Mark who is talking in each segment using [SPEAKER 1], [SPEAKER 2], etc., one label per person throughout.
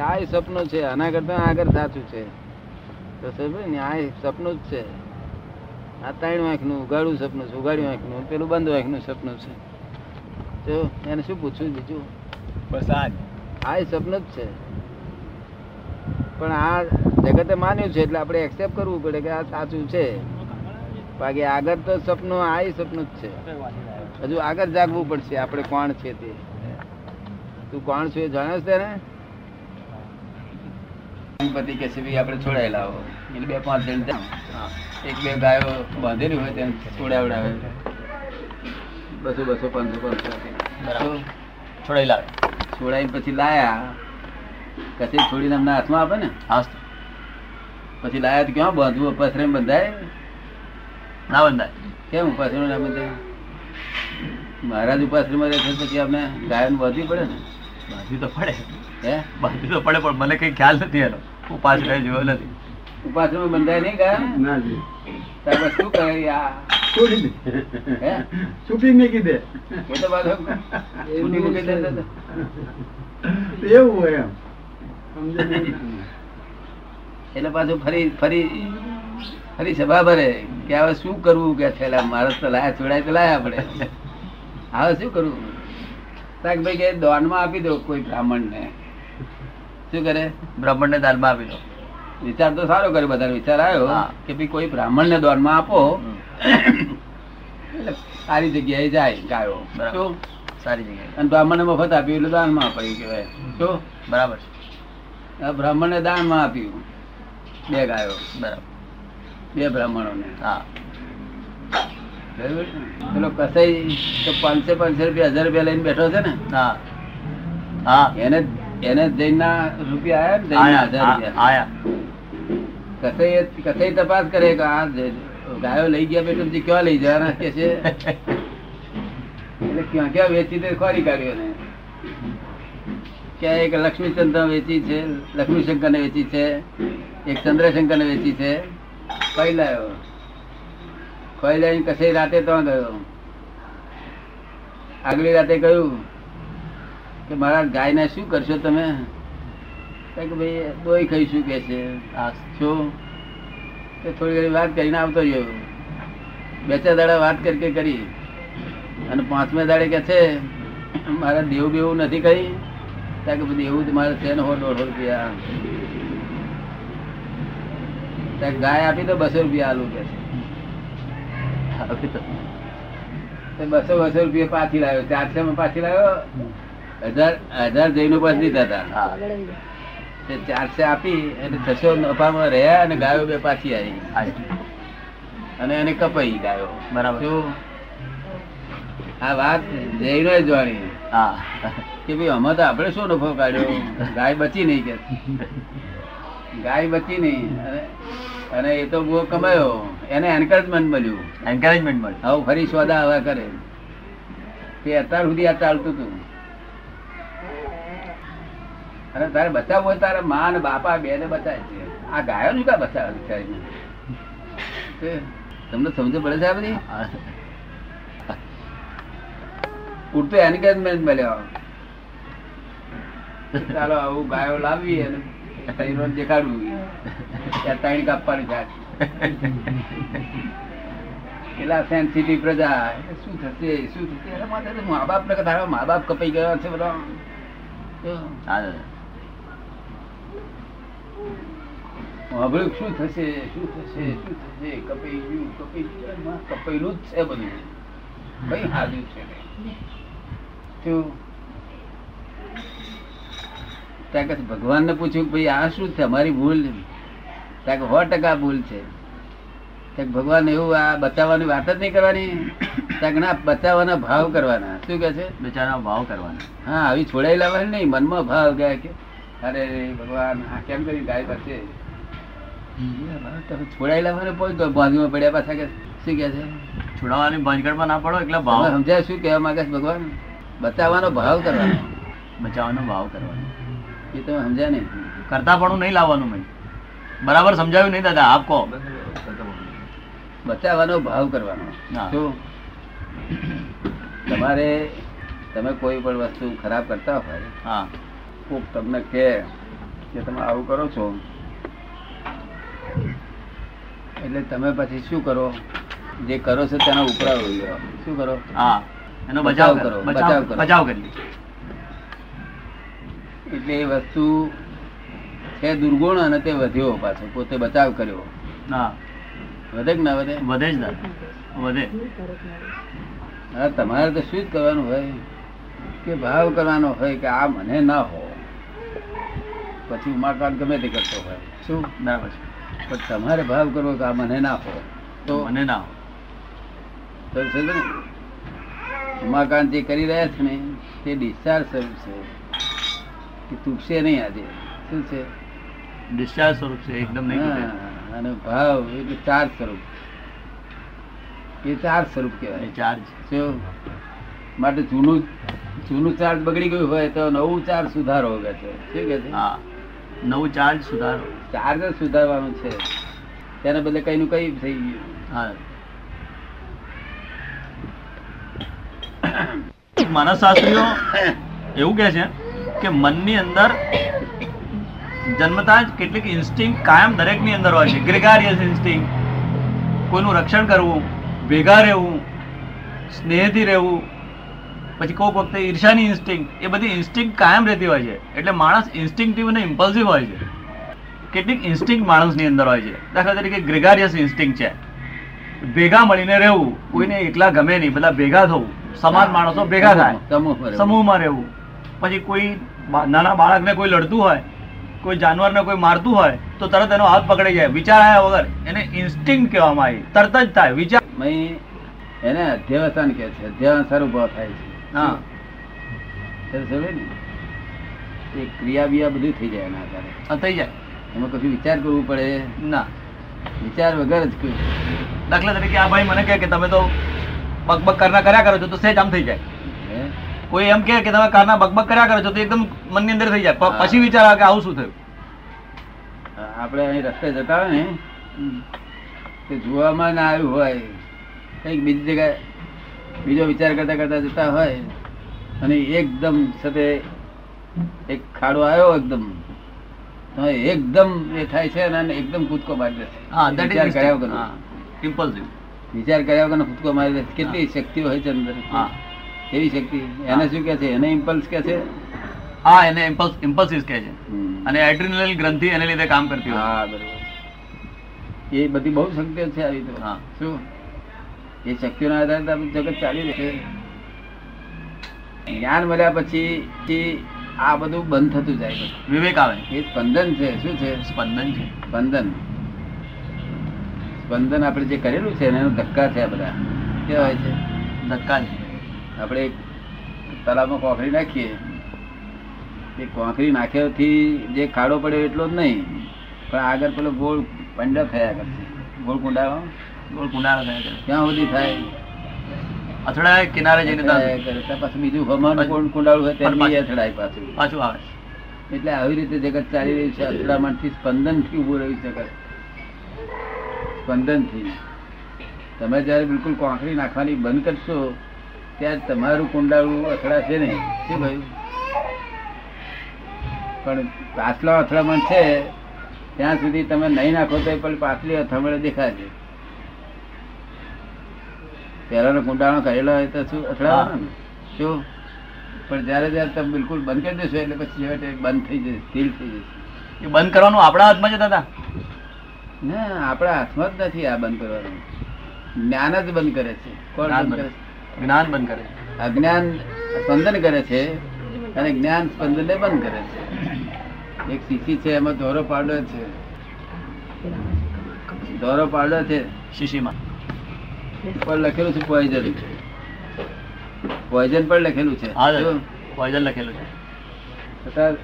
[SPEAKER 1] ન્યાય સપનું છે આના કરતા આગળ સાચું છે તો સમજ્યો? ન્યાય સપનું જ છે આ ત્રણ વાંખનું ઉગાડું સપનું છે ઉગાડ્યું વાંખનું પેલું બંધ વાંખનું સપનું છે તો એને શું પૂછવું બીજું
[SPEAKER 2] બસ આ જ.
[SPEAKER 1] આ એ સપનું જ છે પણ આ જગતે માન્યું છે એટલે આપણે એક્સેપ્ટ કરવું પડે કે આ સાચું છે બાકી આગળ તો સપનું આ એ સપનું જ છે હજુ આગળ જાગવું પડશે આપણે કોણ છે તે તું કોણ છું એ જાણ્યો છે ને
[SPEAKER 3] ગણપતિ કે છે ભાઈ આપણે છોડાયેલા હો એટલે બે પાંચ જણ ત્યાં. એક બે ગાયો બાંધેલી હોય તેને છોડાવડાવે બસો બસો પાંચસો પાંચસો આપી. તો
[SPEAKER 2] બરાબર. છોડાયેલા
[SPEAKER 3] છોડાઈને પછી લાયા કશે છોડીને અમને હાથમાં આપે ને
[SPEAKER 2] હાસ
[SPEAKER 3] પછી લાયા તો ક્યાં બાંધવું પથરે બંધાય
[SPEAKER 2] ના બંધાય
[SPEAKER 3] કેમ ઉપાસરે ના બંધાય મહારાજ ઉપાસરેમાં રહે છે પછી આપણે ગાયોને બાંધવી પડે ને
[SPEAKER 2] બાંધવી તો પડે
[SPEAKER 3] હે
[SPEAKER 2] બાંધવી તો પડે પણ મને કઈ ખ્યાલ નથી એનો હું પાછો કઈ જોયો નથી
[SPEAKER 3] ઉપાસરેમાં બંધાય નહીં ગાયો
[SPEAKER 4] ના જી.
[SPEAKER 3] તારે શું કરે આ
[SPEAKER 4] છોડી દે.
[SPEAKER 3] હે
[SPEAKER 4] છૂટી મૂકી દે
[SPEAKER 3] એ તો બાધો ઉડી મૂકી દેતા હતા.
[SPEAKER 4] એવું હોય એમ સમજે નહીં.
[SPEAKER 3] એટલે પાછું ફરી ફરી ફરી સભા ભરે કે હવે શું કરવું કે છેલ્લા માણસ તો લાયા છોડાય તો લાયા આપણે હવે શું કરવું તાક ભાઈ કે દોનમાં આપી દો કોઈ બ્રાહ્મણને શું કરે
[SPEAKER 2] બ્રાહ્મણને દાનમાં આપી દો
[SPEAKER 3] વિચાર તો સારો કર્યો બધાનો વિચાર આવ્યો
[SPEAKER 2] હા.
[SPEAKER 3] કે ભાઈ કોઈ બ્રાહ્મણને દોનમાં આપો એટલે સારી જગ્યાએ જાય ગાયો
[SPEAKER 2] બરાબર.
[SPEAKER 3] શું?
[SPEAKER 2] સારી જગ્યાએ
[SPEAKER 3] અને બ્રાહ્મણને મફત આપ્યું એટલે દાનમાં અપાયું કહેવાય શું
[SPEAKER 2] બરાબર
[SPEAKER 3] આ બ્રાહ્મણને દાનમાં આપ્યું બે ગાયો
[SPEAKER 2] બરાબર
[SPEAKER 3] બે બ્રાહ્મણોને
[SPEAKER 2] હા
[SPEAKER 3] બરાબર છે ને? પેલો કસાઈ તો પાંચસો પાંચસો રૂપિયા હજાર રૂપિયા લઈને બેઠો છે ને
[SPEAKER 2] હા હા
[SPEAKER 3] એને એને જૈનના રૂપિયા આયા ને જૈનના હજાર
[SPEAKER 2] આયા
[SPEAKER 3] રૂપિયા
[SPEAKER 2] આયા
[SPEAKER 3] કસાઈ કસાઈ તપાસ કરે કે આ જે ગાયો લઈ ગયા બેટો તે ક્યાં લઈ જવાના કે છે એટલે ક્યાં ક્યાં વેચી તે ખોરી કાઢ્યો ને ક્યાં એક લક્ષ્મીચંદ્ર વેચી છે લક્ષ્મીશંકર ને વેચી છે એક ચંદ્રશંકર ને વેચી છે ખોઈ લાવ્યો ખોઈ લાવીને કસાઈ રાતે ત્યાં ગયો આગલી રાતે કહ્યું કે મારા ગાયને શું કરશો તમે તો કે ભાઈ દોઈ ખાઈશું કે છે આ શું તે થોડી ઘણી વાત કરીને આવતો રહ્યો બે ચાર દાડા વાત કરી કે કરી અને પાંચમે દાડે કે છે મારા દેવું બેવું નથી કરી ત્યાં કે બધું એવું જ મારે છે ને હો દોઢસો રૂપિયા ત્યાં ગાય આપી તો બસો રૂપિયા આલુ કે છે આપી તો તે બસો બસો રૂપિયા પાછી લાવ્યો ચારસો માં પાછી લાવ્યો હજાર હજાર જઈને પાછી દીધા હતા
[SPEAKER 2] હા
[SPEAKER 3] તે ચારસો આપી અને છસો નફામાં રહ્યા અને ગાયો બે પાછી આવી
[SPEAKER 2] આયા.
[SPEAKER 3] અને એને કપાઈ ગાયો
[SPEAKER 2] બરાબર.
[SPEAKER 3] શું? આ વાત જઈને જાણી
[SPEAKER 2] હા
[SPEAKER 3] કે ભાઈ આમાં તો આપણે શું નફો કાઢ્યો ગાય બચી નહીં કે ગાય બચી નહીં અને- અને એ તો બહુ કમાયો એને એન્કરેજમેન્ટ મળ્યું
[SPEAKER 2] એન્કરેજમેન્ટ મળે
[SPEAKER 3] હવે ફરી સોદા આવા કરે તે અત્યાર સુધી આ ચાલતું હતું અને તારે બચાવવું હોય તારે માં ને બાપા બે ને બચાય છે આ ગાયો નું કા બચાવે છે તે તમને સમજ પડે છે આ બધી
[SPEAKER 2] હા.
[SPEAKER 3] પૂરતું એન્ગેજમેન્ટ મળ્યો ચાલો આવું ગાયો લાવી અને તૈરો દેખાડવું ત્યાં તાણી કાપવાની જાત પેલા sensitive પ્રજા એ શું થશે શું થશે એના માટે તો મા બાપ ને તારા મા બાપ કપાઈ ગયા છે બધા તો
[SPEAKER 2] હા દાદા.
[SPEAKER 3] વાંભળ્યું શું થશે શું થશે શું થશે કપાઈ ગયું કપાઈ ગયું અરે માં, કપાયેલું જ છે બધું કઈ હાજુ છે નહીં. શું? ત્યાં કશું ભગવાનને પૂછ્યું કે ભાઈ આ શું છે અમારી ભૂલ ત્યાં કે સો ટકા ભૂલ છે ત્યાં કે ભગવાન એવું આ બચાવવાની વાત જ નહીં કરવાની ત્યાં કે ના બચાવવાના ભાવ કરવાના શું કે છે
[SPEAKER 2] બિચારા ભાવ કરવાના
[SPEAKER 3] હા આવી છોડાઈ લાવવાની નહીં મનમાં ભાવ ગયા કે અરે રે ભગવાન આ કેમ કરી ગાય પાસે તમે છોડાઈ લાવવાને પહોંચ ગયો બાંધીમાં પડ્યા પાછા કે શું કહે છે
[SPEAKER 2] છોડાવવાની ભાંજગડમાં ના પડો એટલે
[SPEAKER 3] તમે
[SPEAKER 2] ભાવ
[SPEAKER 3] સમજાય શું કહેવા માંગે છે ભગવાન બતાવવાનો ભાવ કરવાનો
[SPEAKER 2] બચાવવાનો ભાવ કરવાનો
[SPEAKER 3] એ તમે સમજ્યા નહીં
[SPEAKER 2] કરતા પણ નહીં લાવવાનું મેં બરાબર સમજાવ્યું નહીં દાદા આપ કહો
[SPEAKER 3] બચાવવાનો ભાવ કરવાનો
[SPEAKER 2] હા.
[SPEAKER 3] શું તમારે તમે કોઈ પણ વસ્તુ ખરાબ કરતા હોય
[SPEAKER 2] હા
[SPEAKER 3] કોક તમને કે કે તમે આવું કરો છો એટલે તમે પછી શું કરો જે કરો છો તેનો ઉપરાવ લ્યો. શું કરો
[SPEAKER 2] હા એનો
[SPEAKER 3] બચાવ કરો,
[SPEAKER 2] બચાવ કરો
[SPEAKER 3] બચાવ
[SPEAKER 2] બચાવ
[SPEAKER 3] કરો.
[SPEAKER 2] બચાવ કરીએ
[SPEAKER 3] એટલે એ વસ્તુ છે દુર્ગુણ અને તે વધ્યો પાછો પોતે બચાવ કર્યો
[SPEAKER 2] હા
[SPEAKER 3] વધે કે ના વધે
[SPEAKER 2] વધે જ દાદા વધે
[SPEAKER 3] હા તમારે તો શું જ કરવાનું હોય કે ભાવ કરવાનો હોય કે આ મને ના હો પછી ઉમાકાંડ ગમે તે કરતો હોય શું
[SPEAKER 2] બરાબર છે
[SPEAKER 3] પણ તમારે ભાવ કરવો કે આ મને ના હો તો
[SPEAKER 2] મને ના
[SPEAKER 3] તો છે ને, ઉમાકાંત જે કરી રહ્યા છે ને તે ડિસ્ચાર્જ સ્વરૂપ છે કે તૂટશે નહીં આજે શું છે
[SPEAKER 2] ડિસ્ચાર્જ સ્વરૂપ છે એકદમ નહીં તૂટે.
[SPEAKER 3] હા, અને ભાવ એટલે ચાર સ્વરૂપ એ ચાર સ્વરૂપ
[SPEAKER 2] એ
[SPEAKER 3] કહેવાય
[SPEAKER 2] ચાર્જ
[SPEAKER 3] જો માટે જૂનું જૂનું ચાર્જ બગડી ગયું હોય તો નવું ચાર્જ સુધારો કે છે શું કે છે
[SPEAKER 2] હા નવું ચાર્જ સુધારો
[SPEAKER 3] ચાર્જ જ સુધારવાનું છે તેના બદલે કઈ નું કઈ થઈ ગયું
[SPEAKER 2] હા માનસશાસ્ત્રીઓ એવું કહે છે કે મનની અંદર જન્મતા જ કેટલીક ઇન્સ્ટિંગ કાયમ દરેકની અંદર હોય છે ગ્રેગારિયસ ઇન્સ્ટિંગ કોઈનું રક્ષણ કરવું ભેગા રહેવું સ્નેહથી રહેવું પછી કોઈક વખતે ઈર્ષાની ઇન્સ્ટિંગ એ બધી ઇન્સ્ટિંગ કાયમ રહેતી હોય છે એટલે માણસ ઇન્સ્ટિંક્ટિવ અને ઇમ્પલ્સિવ હોય છે કેટલીક ઇન્સ્ટિંગ માણસની અંદર હોય છે દાખલા તરીકે ગ્રેગારિયસ ઇન્સ્ટિંગ છે ભેગા મળીને રહેવું કોઈને એકલા ગમે નહીં બધા ભેગા થવું સમાન માણસો ભેગા થાય
[SPEAKER 3] સમૂહમાં રહેવું.
[SPEAKER 2] સમૂહમાં રહેવું પછી કોઈ બા- નાના બાળકને કોઈ લડતું હોય કોઈ જાનવરને કોઈ મારતું હોય તો તરત એનો હાથ પકડી જાય વિચાર આવ્યા વગર એને ઇન્સ્ટિંગ કહેવામાં આવી તરત જ થાય વિચાર
[SPEAKER 3] મય એને અધ્યવસાન કહે છે અધ્યવસાન ઉભો થાય છે
[SPEAKER 2] હા
[SPEAKER 3] ત્યારે સમજે ને એ ક્રિયા બિયા બધું થઈ જાય એના આધારે
[SPEAKER 2] આ થઈ જાય
[SPEAKER 3] એમાં કશું વિચાર કરવું પડે
[SPEAKER 2] ના
[SPEAKER 3] વિચાર વગર જ કોઈ
[SPEAKER 2] દાખલા તરીકે આ ભાઈ મને કહે કે તમે તો બકબક કરના કર્યા કરો છો તો સહેજ આમ થઈ જાય
[SPEAKER 3] હે?
[SPEAKER 2] કોઈ એમ કહે કે તમે કારના બકબક કર્યા કરો છો તો એકદમ મનની અંદર થઈ જાય પ-
[SPEAKER 3] હા.
[SPEAKER 2] પછી વિચાર આવે કે આવું શું થયું
[SPEAKER 3] આપણે અહીં રસ્તે જતા હોય ને તે જોવામાં ના આવ્યું હોય કંઈક બીજી જગ્યાએ બીજો વિચાર કરતા કરતા જતા હોય અને એકદમ સાથે એક ખાડો આવ્યો એકદમ તો એકદમ એ થાય છે અને આને એકદમ કૂદકો મારી દે
[SPEAKER 2] હા that is
[SPEAKER 3] વિચાર કર્યા
[SPEAKER 2] instinct.
[SPEAKER 3] વગર
[SPEAKER 2] હા impulsive.
[SPEAKER 3] વિચાર કર્યા વગર કૂદકો મારી દે કેટલી શક્તિઓ હોય છે અંદર
[SPEAKER 2] હા
[SPEAKER 3] એવી શક્તિ એને શું કે છે એને ઇમ્પલ્સ કે છે
[SPEAKER 2] હા એને impulse- impulses કહે છે
[SPEAKER 3] હમ.
[SPEAKER 2] અને adrenal ગ્રંથિ એને લીધે કામ કરતી હોય
[SPEAKER 3] હા બરોબર એ બધી બહુ શક્તિઓ છે આવી તો
[SPEAKER 2] હા.
[SPEAKER 3] શું એ શક્તિઓના આધારે તો આપણું જગત ચાલી રહ્યું છે જ્ઞાન મળ્યા પછી એ આ બધું બંધ થતું જાય બધું.
[SPEAKER 2] વિવેક આવે
[SPEAKER 3] એ સ્પંદન છે શું છે
[SPEAKER 2] સ્પંદન છે
[SPEAKER 3] સ્પંદન સ્પંદન આપણે જે કરેલું છે ને એનો ધક્કા છે આ બધા કેવા હોય છે
[SPEAKER 2] ધક્કા છે
[SPEAKER 3] આપણે એક તળાવમાં કોંકરી નાખીએ એ કોંકરી નાખ્યાથી જે ખાડો પડ્યો એટલો જ નહીં પણ આગળ પેલો ગોળ પંડા થયા કરશે ગોળ કુંડામાં
[SPEAKER 2] ગોળ કુંડાળા થયા કરે.
[SPEAKER 3] ત્યાં સુધી થાય
[SPEAKER 2] અથડાય કિનારે જઈને
[SPEAKER 3] અથડાય
[SPEAKER 2] ત્યાં
[SPEAKER 3] કરે. ત્યાં પાછું બીજું હમાનું ગોળ કુંડાળું હોય ત્યાં
[SPEAKER 2] પણ
[SPEAKER 3] બી અથડાય પાછું
[SPEAKER 2] પાછું આવે
[SPEAKER 3] એટલે આવી રીતે જગત ચાલી રહ્યું છે અથડામણથી સ્પંદનથી ઊભું રહ્યું છે જગત સ્પંદનથી તમે જ્યારે બિલકુલ કોંકરી નાખવાની બંધ કરશો ત્યારે તમારું કુંડાળું અથડાશે નહીં શું કહ્યું પણ પાછલો અથડામણ છે ત્યાં સુધી તમે નહીં નાખો તો પણ પાછલી અથડામણ દેખાશે પહેલાનો કુંડાળો કરેલો હોય તો શું અથડાવાનો ને શું પણ જ્યારે જ્યારે તમે બિલકુલ બંધ કરી દેશો એટલે પછી છેવટે બંધ થઈ જશે સ્થિર થઈ જશે
[SPEAKER 2] એ બંધ કરવાનું આપણા હાથમાં છે દાદા
[SPEAKER 3] ના આપણા હાથમાં જ નથી આ બંધ કરવાનું જ્ઞાન જ બંધ કરે છે કોણ
[SPEAKER 2] જ્ઞાન
[SPEAKER 3] બંધ કરે
[SPEAKER 2] બંધ. જ્ઞાન બંધ
[SPEAKER 3] છે?
[SPEAKER 2] કરે
[SPEAKER 3] અજ્ઞાન સ્પંદન કરે છે અને જ્ઞાન સ્પંદનને બંધ કરે છે એક શીશી છે એમાં દોરો પાડ્યો છે દોરો પાડ્યો છે
[SPEAKER 2] શીશીમાં
[SPEAKER 3] પણ લખેલું છે પોઈઝન પોઈઝન પણ લખેલું છે
[SPEAKER 2] હા દાદા
[SPEAKER 3] જો,
[SPEAKER 2] poison લખેલું છે
[SPEAKER 3] છતાં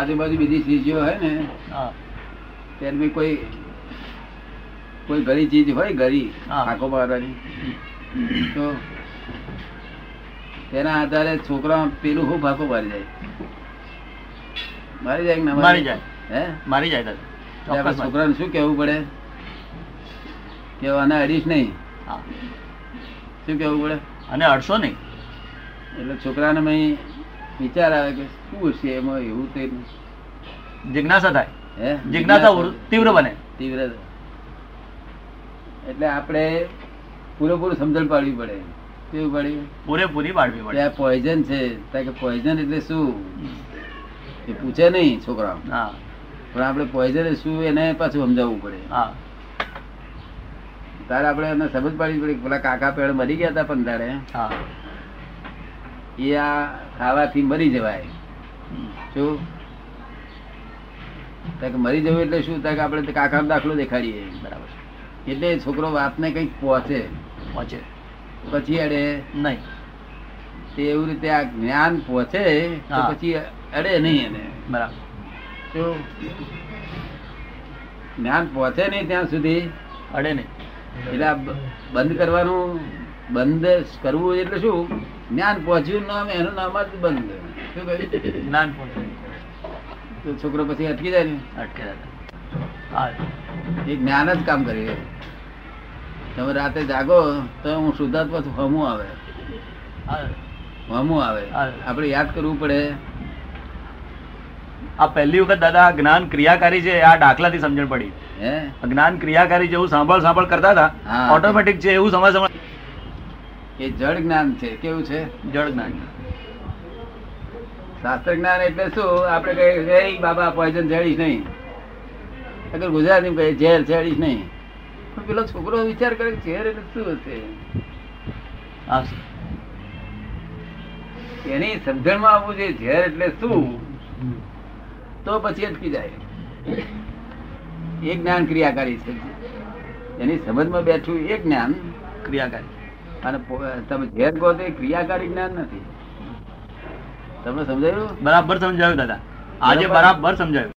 [SPEAKER 3] આજુબાજુ બીજી શીશીઓ હોય ને
[SPEAKER 2] હા
[SPEAKER 3] ત્યારે બી કોઈ કોઈ ઘરી ચીજ હોય ઘરી
[SPEAKER 2] હા.
[SPEAKER 3] આંખો મારવાની તો તેના આધારે છોકરા પેલું હું ભાખો મારી જાય મારી જાય કે ના હે
[SPEAKER 2] મારી જાય મારી જાય દાદા
[SPEAKER 3] એટલે આપણે
[SPEAKER 2] ચોક્કસ મારી.
[SPEAKER 3] છોકરાને શું કહેવું પડે કે આને અડીશ નહીં
[SPEAKER 2] હા
[SPEAKER 3] શું કહેવું પડે
[SPEAKER 2] અને અડશો નહીં
[SPEAKER 3] એટલે છોકરાને મેં વિચાર આવે કે શું છે એમાં એવું તે
[SPEAKER 2] જિજ્ઞાસા થાય
[SPEAKER 3] હે?
[SPEAKER 2] જિજ્ઞાસા ઉર- તીવ્ર બને
[SPEAKER 3] તીવ્ર એટલે આપણે પૂરેપૂરું સમજણ પાડવી પડે કેવું પાડ્યું
[SPEAKER 2] પૂરેપૂરી પાડવી
[SPEAKER 3] કે
[SPEAKER 2] પડે
[SPEAKER 3] આ પોઈઝન છે તા કે પોઈઝન એટલે શું એ પૂછે નહીં છોકરા
[SPEAKER 2] હા
[SPEAKER 3] પણ આપણે પોઈઝન શું એને પાછું સમજાવવું પડે
[SPEAKER 2] હા
[SPEAKER 3] તારે આપણે એને સમજ પાડવી પડે કે પેલા કાકા પેડ મરી ગયા હતા પંદાડે
[SPEAKER 2] હા
[SPEAKER 3] એ આ ખાવાથી મરી જવાય
[SPEAKER 2] હમ.
[SPEAKER 3] શું તા કે મરી જવું એટલે શું તા કે આપણે તે કાકાનો દાખલો દેખાડીએ
[SPEAKER 2] બરાબર છે.
[SPEAKER 3] એટલે એ છોકરો વાતને કંઈક પહોંચે
[SPEAKER 2] પહોંચે
[SPEAKER 3] પછી અડે
[SPEAKER 2] નહીં
[SPEAKER 3] તે એવું રીતે આ જ્ઞાન પહોંચે તો
[SPEAKER 2] હા.
[SPEAKER 3] પછી અડે નહીં એને
[SPEAKER 2] બરાબર
[SPEAKER 3] શું? જ્ઞાન પહોંચે નહીં ત્યાં સુધી
[SPEAKER 2] અડે નહીં
[SPEAKER 3] એટલે આ બ- બંધ કરવાનું બંધ કરવું એટલે શું જ્ઞાન પહોંચ્યું નામ એનું નામ જ બંધ શું કહ્યું?
[SPEAKER 2] જ્ઞાન પહોંચે
[SPEAKER 3] તો છોકરો પછી અટકી જાય ને
[SPEAKER 2] અટકે દાદા. હા
[SPEAKER 3] એ જ્ઞાન જ કામ કરે તમે રાતે જાગો તો હું શુદ્ધાત્મા છું હમું આવે
[SPEAKER 2] હા.
[SPEAKER 3] હમું આવે
[SPEAKER 2] હા.
[SPEAKER 3] આપણે યાદ કરવું પડે
[SPEAKER 2] આ પહેલી વખત દાદા આ જ્ઞાન ક્રિયાકારી છે આ દાખલાથી સમજણ પડી
[SPEAKER 3] હે
[SPEAKER 2] આ જ્ઞાન ક્રિયાકારી જેવું સાંભળ સાંભળ કરતા હતા
[SPEAKER 3] હા.
[SPEAKER 2] ઓટોમેટિક છે એવું સમજ સમજ
[SPEAKER 3] એ જળ જ્ઞાન છે કેવું છે
[SPEAKER 2] જળ જ્ઞાન
[SPEAKER 3] શાસ્ત્ર જ્ઞાન એટલે શું આપણે કહીએ કે "એય બાબા પોઈઝન જડીશ નહીં અગર ગુજરાતી કહીએ ઝેર જડીશ નહીં પણ પેલો છોકરો વિચાર કરે કે ઝેર એટલે શું હશે
[SPEAKER 2] હા
[SPEAKER 3] એની સમજણમાં આવવું જોઈએ ઝેર એટલે શું તો પછી અટકી જાય એ જ્ઞાન ક્રિયાકારી છે એની સમજમાં બેઠું એ જ્ઞાન
[SPEAKER 2] ક્રિયાકારી
[SPEAKER 3] અને પો- તમે ઝેર કહો તો એ ક્રિયાકારી જ્ઞાન નથી તમને સમજાયું
[SPEAKER 2] બરાબર સમજાયું દાદા આજે
[SPEAKER 3] બરાબર.
[SPEAKER 2] બરાબર સમજાયું